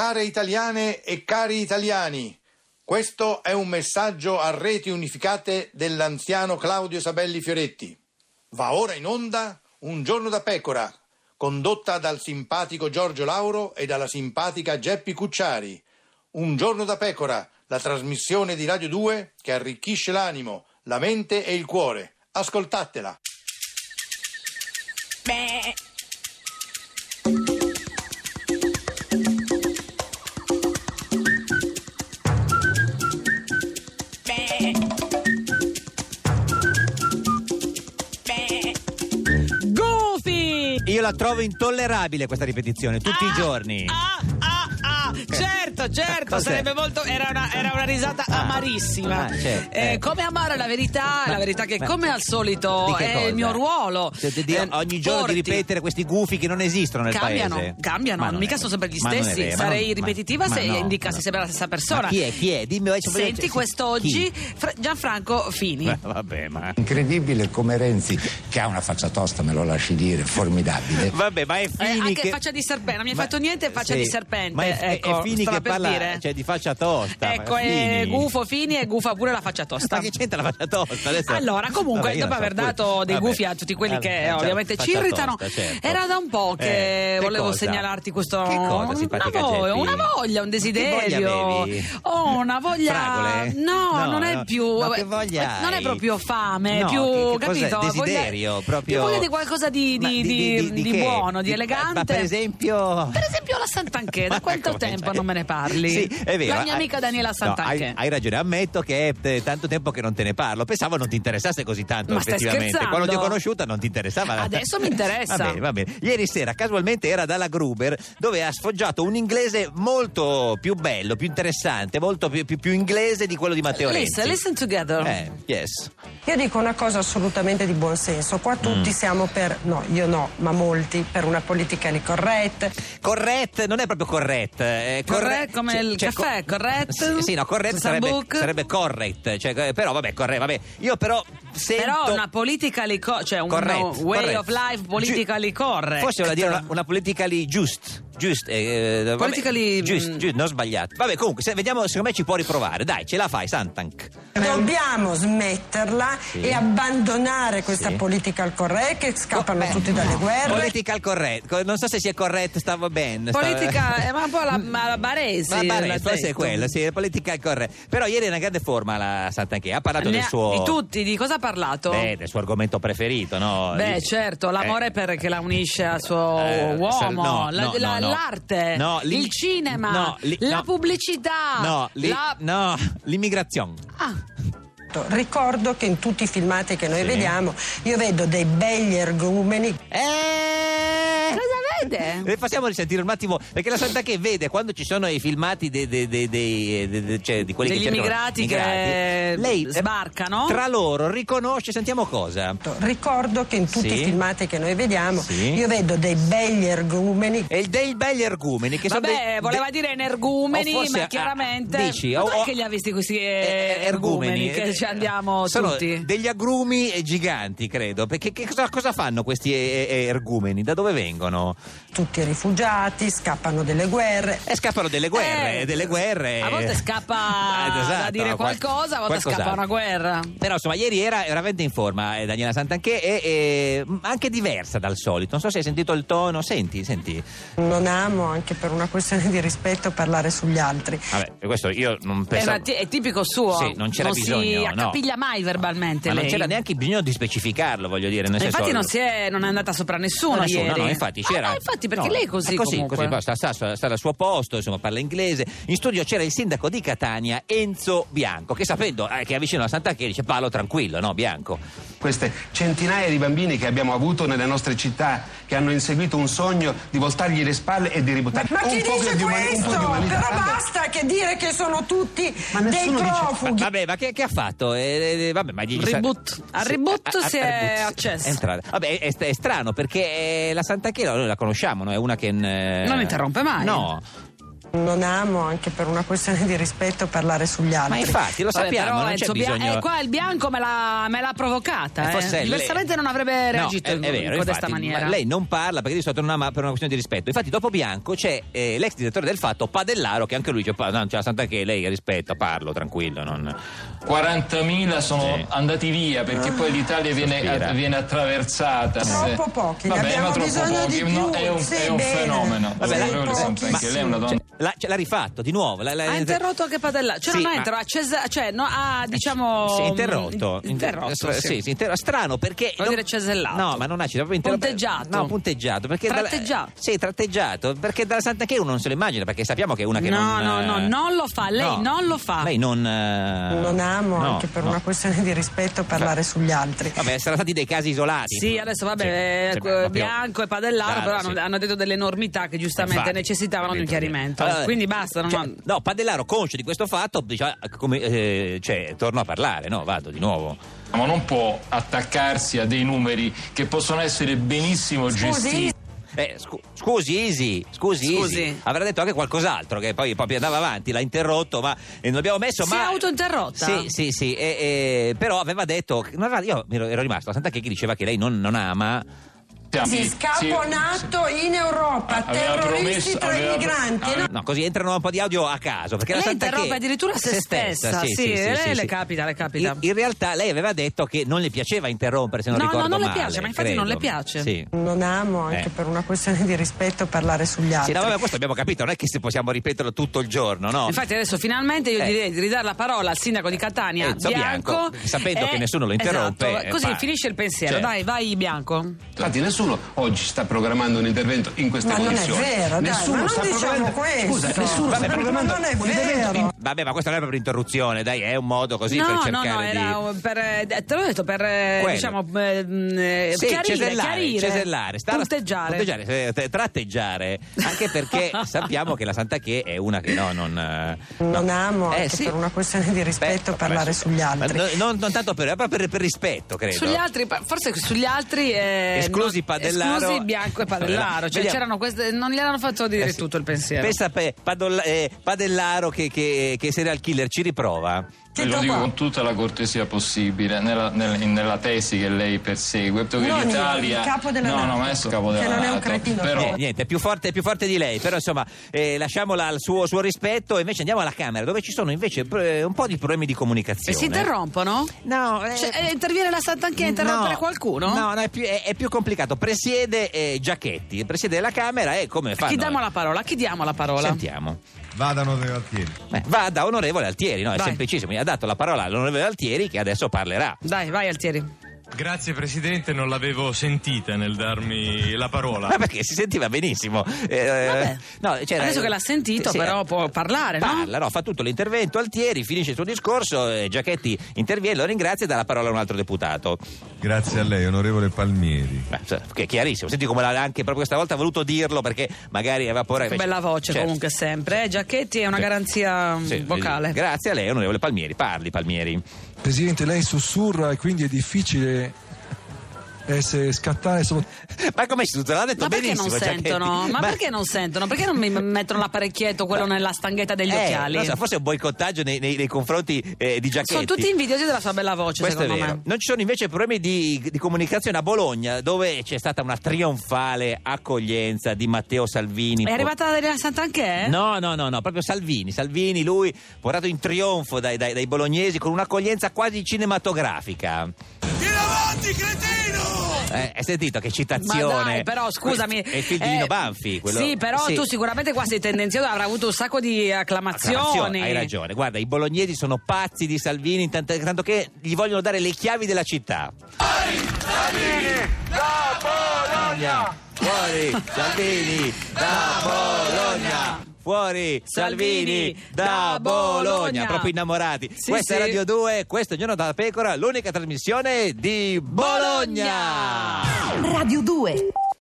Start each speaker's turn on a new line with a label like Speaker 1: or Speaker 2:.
Speaker 1: Care italiane e cari italiani, questo è un messaggio a reti unificate dell'anziano Claudio Sabelli Fioretti. Va ora in onda Un giorno da pecora, condotta dal simpatico Giorgio Lauro e dalla simpatica Geppi Cucciari. Un giorno da pecora, la trasmissione di Radio 2 che arricchisce l'animo, la mente e il cuore. Ascoltatela.
Speaker 2: Goofy!
Speaker 3: Io la trovo intollerabile questa ripetizione, tutti i
Speaker 2: Ah,
Speaker 3: giorni.
Speaker 2: Ah, ah, ah, certo, certo,
Speaker 3: Cos'è?
Speaker 2: sarebbe molto. Era una, era una risata
Speaker 3: Ah.
Speaker 2: amarissima.
Speaker 3: Ah, certo,
Speaker 2: Eh,
Speaker 3: eh.
Speaker 2: come amare la verità? la verità che,
Speaker 3: ma-
Speaker 2: come al solito,
Speaker 3: Di che
Speaker 2: è
Speaker 3: cosa?
Speaker 2: il mio ruolo.
Speaker 3: Cioè, di- di-
Speaker 2: Eh,
Speaker 3: ogni giorno
Speaker 2: porti-
Speaker 3: di ripetere questi gufi che non esistono nel
Speaker 2: Cambiano,
Speaker 3: paese.
Speaker 2: cambiano,
Speaker 3: Ma non
Speaker 2: mica
Speaker 3: è-
Speaker 2: sono sempre gli
Speaker 3: ma non è
Speaker 2: stessi.
Speaker 3: vero, ma
Speaker 2: Sarei
Speaker 3: non- ma-
Speaker 2: ripetitiva
Speaker 3: ma
Speaker 2: se
Speaker 3: no,
Speaker 2: indicassi
Speaker 3: ma no.
Speaker 2: sempre la stessa persona.
Speaker 3: Ma chi è? Chi è? Dimmi, vai, voglio-
Speaker 2: Senti
Speaker 3: sì,
Speaker 2: questo
Speaker 3: chi?
Speaker 2: oggi, Fra- Gianfranco Fini.
Speaker 3: Beh, vabbè, ma
Speaker 4: Incredibile come Renzi, che ha una faccia tosta, me lo lasci dire, formidabile.
Speaker 3: Vabbè, ma è
Speaker 2: Eh,
Speaker 3: Fini
Speaker 2: anche
Speaker 3: che
Speaker 2: faccia di serpente, non mi hai
Speaker 3: Ma- eh,
Speaker 2: fatto niente, faccia
Speaker 3: sì,
Speaker 2: di serpente.
Speaker 3: Ma è, è- è
Speaker 2: ecco,
Speaker 3: Fini
Speaker 2: stava
Speaker 3: che
Speaker 2: per
Speaker 3: parla,
Speaker 2: dire.
Speaker 3: cioè di faccia tosta. ma
Speaker 2: Ecco, è
Speaker 3: Fini.
Speaker 2: gufo Fini e gufa pure la faccia tosta.
Speaker 3: Ma che c'entra Eh, la faccia tosta? Adesso...
Speaker 2: Allora, comunque,
Speaker 3: Vabbè, io
Speaker 2: dopo
Speaker 3: la so
Speaker 2: aver
Speaker 3: pure.
Speaker 2: dato dei
Speaker 3: Vabbè.
Speaker 2: gufi a tutti quelli
Speaker 3: Vabbè,
Speaker 2: che
Speaker 3: già,
Speaker 2: ovviamente ci
Speaker 3: faccia
Speaker 2: irritano,
Speaker 3: tosta, certo.
Speaker 2: era da un po' che
Speaker 3: Eh,
Speaker 2: volevo
Speaker 3: cosa?
Speaker 2: segnalarti questo.
Speaker 3: Che cosa,
Speaker 2: una,
Speaker 3: simpatica
Speaker 2: voglia,
Speaker 3: Geppi?
Speaker 2: una voglia, un
Speaker 3: Che voglia
Speaker 2: desiderio.
Speaker 3: avevi?
Speaker 2: Oh, una voglia.
Speaker 3: Fragole?
Speaker 2: No,
Speaker 3: No,
Speaker 2: non è
Speaker 3: no.
Speaker 2: più. eh,
Speaker 3: Ma che voglia
Speaker 2: non è
Speaker 3: hai?
Speaker 2: proprio fame, è
Speaker 3: No,
Speaker 2: più.
Speaker 3: che- che cos'è?
Speaker 2: capito?
Speaker 3: Desiderio,
Speaker 2: voglia,
Speaker 3: proprio-
Speaker 2: più voglia di qualcosa di,
Speaker 3: Ma
Speaker 2: di- di- di
Speaker 3: che?
Speaker 2: buono, di,
Speaker 3: Di-
Speaker 2: elegante.
Speaker 3: Ma per esempio.
Speaker 2: Per esempio la Sant'Anchè, da
Speaker 3: Ma
Speaker 2: quanto
Speaker 3: come
Speaker 2: tempo
Speaker 3: c'hai?
Speaker 2: non me ne parli?
Speaker 3: Sì, è vero.
Speaker 2: La mia
Speaker 3: Hai-
Speaker 2: amica Daniela
Speaker 3: No,
Speaker 2: Sant'Anchè.
Speaker 3: hai, hai ragione, ammetto che è eh, tanto tempo che non te ne parlo. Pensavo non ti interessasse così tanto
Speaker 2: Ma stai
Speaker 3: effettivamente.
Speaker 2: scherzando?
Speaker 3: Quando ti ho conosciuta non ti interessava.
Speaker 2: Adesso mi interessa.
Speaker 3: va bene, va bene. Ieri sera casualmente era dalla Gruber dove ha sfoggiato un inglese molto più bello, più interessante, molto più, più- più inglese di quello di Matteo
Speaker 2: Listen,
Speaker 3: Renzi.
Speaker 2: listen together.
Speaker 3: Eh, yes. Mm.
Speaker 5: Io dico una cosa assolutamente di buon senso, qua tutti siamo per, no io no, ma molti, per una politica corretta.
Speaker 3: Correct, non è proprio correct. eh, corre-
Speaker 2: Correct come il caffè, correct?
Speaker 3: Sì, sì, no, correct sarebbe,
Speaker 2: Sambuc?
Speaker 3: sarebbe correct. Cioè, eh, però, vabbè, correct, vabbè. Io però sento...
Speaker 2: Però una politically co- cioè un
Speaker 3: Correct,
Speaker 2: way
Speaker 3: correct.
Speaker 2: of life politically
Speaker 3: Giu-
Speaker 2: correct.
Speaker 3: Forse voleva dire una, una politically just. Just, eh, vabbè,
Speaker 2: Politically,
Speaker 3: just,
Speaker 2: mm.
Speaker 3: just, non sbagliato. Vabbè, comunque, se, vediamo, secondo me ci può riprovare. Dai, ce la fai, Santank.
Speaker 5: Dobbiamo smetterla e abbandonare questa
Speaker 3: Sì.
Speaker 5: politica corretta che scappano
Speaker 6: Oh,
Speaker 3: Beh,
Speaker 5: tutti dalle guerre.
Speaker 3: Political correct. co- Non so se sia correct, stavo bene. stavo-
Speaker 2: Politica, eh, ma un po' la, ma la Baresi.
Speaker 3: Mm. Ma pare,
Speaker 2: l'ha
Speaker 3: forse è
Speaker 2: detto.
Speaker 3: quello, sì, la politica corretta. Però ieri è una grande forma la Santanchè, ha parlato
Speaker 2: Ne
Speaker 3: del
Speaker 2: ha-
Speaker 3: suo...
Speaker 2: Di tutti, di cosa ha parlato?
Speaker 3: Beh, del suo argomento preferito, no?
Speaker 2: Beh,
Speaker 3: Di-
Speaker 2: certo, l'amore
Speaker 3: Eh,
Speaker 2: per che la unisce al suo
Speaker 3: eh, sal-
Speaker 2: uomo,
Speaker 3: no,
Speaker 2: la-
Speaker 3: no,
Speaker 2: la-
Speaker 3: no, no.
Speaker 2: l'arte,
Speaker 3: No, lì-
Speaker 2: il cinema,
Speaker 3: no, lì-
Speaker 2: la
Speaker 3: no.
Speaker 2: pubblicità,
Speaker 3: No, li-
Speaker 2: la...
Speaker 3: no, l'immigrazione.
Speaker 2: Ah,
Speaker 5: Ricordo che in tutti i filmati che noi
Speaker 3: Sì.
Speaker 5: vediamo io vedo dei begli argomeni
Speaker 3: Eh!
Speaker 2: cosa vede?
Speaker 3: Eh, Facciamo risentire un attimo, perché la Santa che vede quando ci sono i filmati dei, dei- dei- dei- dei- dei- cioè, di quelli
Speaker 2: Degli
Speaker 3: che cercano-
Speaker 2: immigrati che
Speaker 3: lei eh,
Speaker 2: sbarcano.
Speaker 3: Tra loro riconosce, sentiamo cosa.
Speaker 5: Ricordo che in tutti
Speaker 3: Sì.
Speaker 5: i filmati che noi vediamo
Speaker 3: Sì.
Speaker 5: io vedo dei begli argomeni
Speaker 3: E il dei belli argomeni che sono
Speaker 2: Vabbè,
Speaker 3: dei-
Speaker 2: voleva
Speaker 3: dei-
Speaker 2: dire energumeni,
Speaker 3: o forse-
Speaker 2: ma
Speaker 3: ah,
Speaker 2: chiaramente.
Speaker 3: dici,
Speaker 2: ma
Speaker 3: o-
Speaker 2: dov'è
Speaker 3: o-
Speaker 2: che li ha visti questi
Speaker 3: eh,
Speaker 2: eh, ergumeni? Che ci andiamo
Speaker 3: Sono
Speaker 2: tutti.
Speaker 3: degli agrumi eh, giganti, credo. Perché che cosa, cosa fanno questi eh, eh, ergumeni? Da dove vengono?
Speaker 5: tutti i rifugiati scappano dalle guerre
Speaker 3: E Eh, scappano delle guerre,
Speaker 2: Eh,
Speaker 3: delle guerre.
Speaker 2: A volte scappa
Speaker 3: Eh, esatto,
Speaker 2: da dire
Speaker 3: qual-
Speaker 2: qualcosa, a volte
Speaker 3: qualcos'altro.
Speaker 2: scappa una guerra.
Speaker 3: Però insomma, ieri era era veramente in forma eh, Daniela Santanchè e e, mh, anche diversa dal solito. Non so se hai sentito il tono. Senti, senti.
Speaker 5: Non amo, anche per una questione di rispetto, parlare sugli altri.
Speaker 3: Vabbè, questo io non
Speaker 2: È,
Speaker 3: pensavo.
Speaker 2: una- è tipico suo.
Speaker 3: Sì, non c'era bisogno.
Speaker 2: si
Speaker 3: no.
Speaker 2: accapiglia mai verbalmente.
Speaker 3: Ma non
Speaker 2: lei.
Speaker 3: c'era neanche bisogno di specificarlo, voglio dire. Nel
Speaker 2: Infatti,
Speaker 3: senso,
Speaker 2: non, si è, non è andata sopra nessuno,
Speaker 3: No, nessuno,
Speaker 2: ieri.
Speaker 3: no, infatti
Speaker 2: Ah,
Speaker 3: c'era.
Speaker 2: no, infatti, perché
Speaker 3: no,
Speaker 2: lei è così.
Speaker 3: è così,
Speaker 2: comunque.
Speaker 3: così, sta, sta- sta al suo posto, insomma, parla inglese. In studio c'era il sindaco di Catania, Enzo Bianco, che sapendo eh, che è vicino alla Santa Che dice palo tranquillo, no, Bianco.
Speaker 6: queste centinaia di bambini che abbiamo avuto nelle nostre città che hanno inseguito un sogno di voltargli le spalle e di ributtarli
Speaker 5: Ma chi
Speaker 6: un po'
Speaker 5: dice
Speaker 6: di umani- un po'
Speaker 5: questo?
Speaker 6: di umanità.
Speaker 5: Però
Speaker 6: Vabbè.
Speaker 5: basta che dire che sono tutti
Speaker 6: Ma
Speaker 5: dei
Speaker 6: nessuno dice-
Speaker 3: Ma-
Speaker 5: profughi.
Speaker 3: vabbè, ma che, che ha fatto? Eh, eh, vabbè, ma gli-
Speaker 2: Reboot. Al reboot si
Speaker 3: al
Speaker 2: è
Speaker 3: reboot,
Speaker 2: accesso.
Speaker 3: è entrata. Vabbè, è, è strano perché eh, la Santa Chiela noi la conosciamo, no? è una che. eh,
Speaker 2: Non interrompe mai.
Speaker 3: No.
Speaker 5: Non amo anche per una questione di rispetto parlare sugli altri.
Speaker 3: Ma infatti, lo
Speaker 2: Vabbè,
Speaker 3: sappiamo,
Speaker 2: però,
Speaker 3: non c'è
Speaker 2: Enzo Bia-
Speaker 3: bisogno.
Speaker 2: eh, qua il bianco me l'ha, me l'ha
Speaker 3: Eh,
Speaker 2: provocata. eh.
Speaker 3: forse è
Speaker 2: Diversamente
Speaker 3: lei-
Speaker 2: non avrebbe
Speaker 3: No,
Speaker 2: reagito
Speaker 3: è-
Speaker 2: in,
Speaker 3: è vero,
Speaker 2: in questa
Speaker 3: infatti,
Speaker 2: maniera.
Speaker 3: ma Lei non parla perché di solito non ama per una questione di rispetto. Infatti, dopo Bianco c'è eh, l'ex direttore del fatto Padellaro, che anche lui dice: "Pa- No, c'è la Santa che lei rispetta, parlo tranquillo. Non...
Speaker 7: 40.000 sono
Speaker 3: Sì. Ah.
Speaker 7: andati via perché poi l'Italia viene,
Speaker 3: Sospira.
Speaker 7: a- viene attraversata.
Speaker 5: Troppo pochi, ne
Speaker 7: Vabbè,
Speaker 5: abbiamo
Speaker 7: ma troppo
Speaker 5: bisogno
Speaker 7: pochi.
Speaker 5: di
Speaker 7: no,
Speaker 5: più.
Speaker 7: è un,
Speaker 5: Sì,
Speaker 7: è un
Speaker 5: bene.
Speaker 7: fenomeno.
Speaker 5: Vabbè,
Speaker 7: Onorevole
Speaker 5: lei-
Speaker 7: Santanchè, lei è una donna.
Speaker 3: L'ha, ce l'ha rifatto di nuovo. la- la-
Speaker 2: Ha interrotto anche Padella. Cioè,
Speaker 3: Sì,
Speaker 2: non ha
Speaker 3: ma-
Speaker 2: interrotto, ha cesa- cioè, no, ha diciamo.
Speaker 3: si è interrotto,
Speaker 2: mh, interrotto,
Speaker 3: Inter-
Speaker 2: sì.
Speaker 3: sì, sì, inter- strano perché
Speaker 2: Vuol dire cesellato.
Speaker 3: no ma non ha proprio interrotto
Speaker 2: Punteggiato.
Speaker 3: no punteggiato perché dalla-
Speaker 2: Tratteggiato.
Speaker 3: sì tratteggiato perché dalla Santa Che uno non se lo immagina perché sappiamo che è una che
Speaker 2: No,
Speaker 3: non
Speaker 2: no,
Speaker 3: eh,
Speaker 2: no, non lo fa, lei non lo fa.
Speaker 3: lei non eh,
Speaker 5: Non amo
Speaker 3: no,
Speaker 5: anche per
Speaker 3: no.
Speaker 5: una questione di rispetto parlare sugli altri.
Speaker 3: Vabbè, saranno stati dei casi isolati.
Speaker 2: Sì, adesso vabbè,
Speaker 3: Sì,
Speaker 2: eh,
Speaker 3: sì,
Speaker 2: que-
Speaker 3: proprio-
Speaker 2: Bianco e Padellaro però
Speaker 3: Sì.
Speaker 2: hanno, hanno detto delle enormità che giustamente
Speaker 3: Infatti,
Speaker 2: necessitavano di un
Speaker 3: capito,
Speaker 2: chiarimento.
Speaker 3: capito. Allora,
Speaker 2: Quindi basta, non-
Speaker 3: cioè, no, Padellaro, conscio di questo fatto, dice, ah, come, eh, cioè, torno a parlare, no? Vado di nuovo.
Speaker 7: Ma non può attaccarsi a dei numeri che possono essere benissimo gestiti.
Speaker 3: Eh, scu- scusi, Isi, scusi,
Speaker 2: Scusi.
Speaker 3: Isi. Avrà detto anche qualcos'altro che poi proprio andava avanti, l'ha interrotto, ma eh, non abbiamo messo
Speaker 2: Si
Speaker 3: ma...
Speaker 2: è autointerrotta?
Speaker 3: Sì, sì, sì. eh, eh, però aveva detto... che- non aveva- Io mi ero, ero rimasto, la Santa Checchi diceva che lei non, non ama...
Speaker 5: Sì, scaponato in Europa,
Speaker 7: Aveva
Speaker 5: terroristi
Speaker 7: promesso-
Speaker 5: tra i
Speaker 7: aveva-
Speaker 5: migranti. no?
Speaker 3: No, così entrano un po' di audio a caso. Perché la
Speaker 2: Lei
Speaker 3: Santa
Speaker 2: interrompe
Speaker 3: Che-
Speaker 2: addirittura se stessa, sì, lei le capita, le capita.
Speaker 3: In, in realtà lei aveva detto che non le piaceva interrompere, se non
Speaker 2: No, no,
Speaker 3: ricordo
Speaker 2: non le
Speaker 3: male,
Speaker 2: piace, ma infatti
Speaker 3: credo.
Speaker 2: non le piace.
Speaker 3: Sì.
Speaker 5: Non amo anche
Speaker 3: Eh.
Speaker 5: per una questione di rispetto parlare sugli
Speaker 3: Sì,
Speaker 5: altri.
Speaker 3: no, vabbè, questo abbiamo capito, non è che se possiamo ripeterlo tutto il giorno, no?
Speaker 2: Infatti adesso finalmente io
Speaker 3: Eh.
Speaker 2: direi di ridare la parola al sindaco di Catania, eh,
Speaker 3: Enzo Bianco, sapendo che nessuno lo interrompe,
Speaker 2: Esatto,
Speaker 3: eh,
Speaker 2: così
Speaker 3: parla.
Speaker 2: finisce il pensiero.
Speaker 3: Certo.
Speaker 2: Dai, vai Bianco.
Speaker 6: Infatti nessuno oggi sta programmando un intervento in queste
Speaker 5: Ma non è
Speaker 6: condizioni.
Speaker 5: vero, dai,
Speaker 6: nessuno
Speaker 5: ma non
Speaker 6: sta
Speaker 5: diciamo
Speaker 6: programmando...
Speaker 5: questo.
Speaker 6: Scusa, nessuno
Speaker 5: Vabbè,
Speaker 6: sta
Speaker 5: ma
Speaker 6: programmando
Speaker 5: non è
Speaker 6: un intervento in
Speaker 5: vero.
Speaker 3: Vabbè, ma questa non è proprio interruzione, dai, è un modo così
Speaker 2: no,
Speaker 3: per
Speaker 2: no, no,
Speaker 3: cercare di...
Speaker 2: era un- per, eh, te l'ho detto per eh,
Speaker 3: Quello.
Speaker 2: diciamo eh, mh, eh,
Speaker 3: Sì,
Speaker 2: chiarire,
Speaker 3: cesellare,
Speaker 2: chiarire,
Speaker 3: cesellare, stare a-
Speaker 2: punteggiare.
Speaker 3: punteggiare, eh, t- tratteggiare, anche perché sappiamo che la Santa Che è una che no, non... eh,
Speaker 5: Non
Speaker 3: no.
Speaker 5: amo
Speaker 3: Eh,
Speaker 5: anche
Speaker 3: sì.
Speaker 5: per una questione di rispetto
Speaker 3: Beh,
Speaker 5: parlare
Speaker 3: ma-
Speaker 5: sugli altri.
Speaker 3: ma no- non, non tanto per, ma per, per rispetto, credo.
Speaker 2: Sugli altri, pa- forse sugli altri eh,
Speaker 3: Esclusi
Speaker 2: non-
Speaker 3: Padellaro.
Speaker 2: esclusi Bianco e Padellaro. Cioè,
Speaker 3: Vediamo.
Speaker 2: c'erano queste, non gliel'hanno fatto dire
Speaker 3: Eh sì.
Speaker 2: tutto il pensiero.
Speaker 3: Pensa a Pe- Padolla- eh, Padellaro che, che, che serial killer ci riprova.
Speaker 7: Ve eh, lo
Speaker 5: Tutto
Speaker 7: dico
Speaker 5: qua.
Speaker 7: con tutta la cortesia possibile, nella, nel- in- nella tesi che lei persegue. Detto che
Speaker 5: Non io,
Speaker 7: l'Italia.
Speaker 5: il capo della
Speaker 7: no, no,
Speaker 5: Nato,
Speaker 7: ma adesso il capo
Speaker 5: che
Speaker 7: della
Speaker 5: non è un
Speaker 7: Nato.
Speaker 5: cretino.
Speaker 7: Però,
Speaker 3: Eh, niente, è più forte, è più forte di lei, però insomma eh, lasciamola al suo, suo rispetto e invece andiamo alla Camera dove ci sono invece eh, un po' di problemi di
Speaker 2: E
Speaker 3: comunicazione.
Speaker 2: si interrompono?
Speaker 3: No, eh,
Speaker 2: Cioè, eh, interviene la Sant'Anchè a interrompere
Speaker 3: no,
Speaker 2: qualcuno?
Speaker 3: No, no, è più, è- è più complicato. Presiede eh, Giacchetti, il presidente della Camera e come fa?
Speaker 2: Chi diamo la parola? A Chi diamo la parola?
Speaker 3: Sentiamo.
Speaker 8: Vadano dei Galtieri.
Speaker 3: Eh, vada onorevole Altieri, no, è
Speaker 2: Vai.
Speaker 3: semplicissimo. Ha dato la parola all'onorevole Altieri che adesso parlerà.
Speaker 2: Dai, vai Altieri.
Speaker 3: Eh,
Speaker 9: Grazie Presidente, non l'avevo sentita nel darmi la parola.
Speaker 3: Ma perché si sentiva benissimo. Eh,
Speaker 2: Vabbè.
Speaker 3: no, c'era- eh,
Speaker 2: Adesso che l'ha sentito, però, può parlare, no?
Speaker 3: Parla, no? Fa tutto l'intervento Altieri, finisce il suo discorso, eh, Giacchetti interviene, lo ringrazia e dà la parola a un altro deputato.
Speaker 8: Grazie a lei, onorevole Palmieri.
Speaker 3: Beh, cioè, che è chiarissimo. Senti come l'ha anche proprio questa volta voluto dirlo perché magari aveva paura.
Speaker 2: Che
Speaker 3: invece-
Speaker 2: bella voce
Speaker 3: Certo.
Speaker 2: comunque sempre. eh. Giacchetti è una
Speaker 3: Sì.
Speaker 2: garanzia mm,
Speaker 3: Sì,
Speaker 2: vocale.
Speaker 3: Grazie a lei, onorevole Palmieri. Parli, Palmieri.
Speaker 10: Presidente, lei sussurra e quindi è difficile essere, scattare sotto
Speaker 3: Ma come si tutto? L'ha detto
Speaker 2: Ma perché
Speaker 3: benissimo.
Speaker 2: non
Speaker 3: Giacchetti.
Speaker 2: sentono? Ma, perché non sentono? Perché non mi mettono l'apparecchietto, quello nella stanghetta degli
Speaker 3: Eh,
Speaker 2: occhiali?
Speaker 3: non so, forse è un boicottaggio nei, nei- nei confronti eh, di Giacchetti.
Speaker 2: Sono tutti invidiosi della sua bella voce,
Speaker 3: Questo è
Speaker 2: secondo
Speaker 3: vero.
Speaker 2: me.
Speaker 3: Non ci sono invece problemi di, di comunicazione a Bologna, dove c'è stata una trionfale accoglienza di Matteo Salvini.
Speaker 2: È arrivata Adriana Sant'Anchè?
Speaker 3: No, no, no, no, proprio Salvini. Salvini, lui, portato in trionfo dai, dai- dai bolognesi con un'accoglienza quasi cinematografica. Eh, hai sentito che
Speaker 2: Ma
Speaker 3: citazione?
Speaker 2: dai, però scusami.
Speaker 3: È il figlio di Nino
Speaker 2: eh,
Speaker 3: Banfi. quello-
Speaker 2: Sì, però tu sicuramente qua sei tendenzioso, avrà avuto un sacco di acclamazioni.
Speaker 3: Acclamazione, Hai ragione, guarda, i bolognesi sono pazzi di Salvini, tant- tanto che gli vogliono dare le chiavi della città. Fuori Salvini da Bologna! Fuori Salvini da Bologna! Proprio innamorati.
Speaker 2: Sì,
Speaker 3: Questa
Speaker 2: sì.
Speaker 3: è Radio 2, questo è Giorno da Pecora, l'unica trasmissione di Bologna.
Speaker 11: Radio 2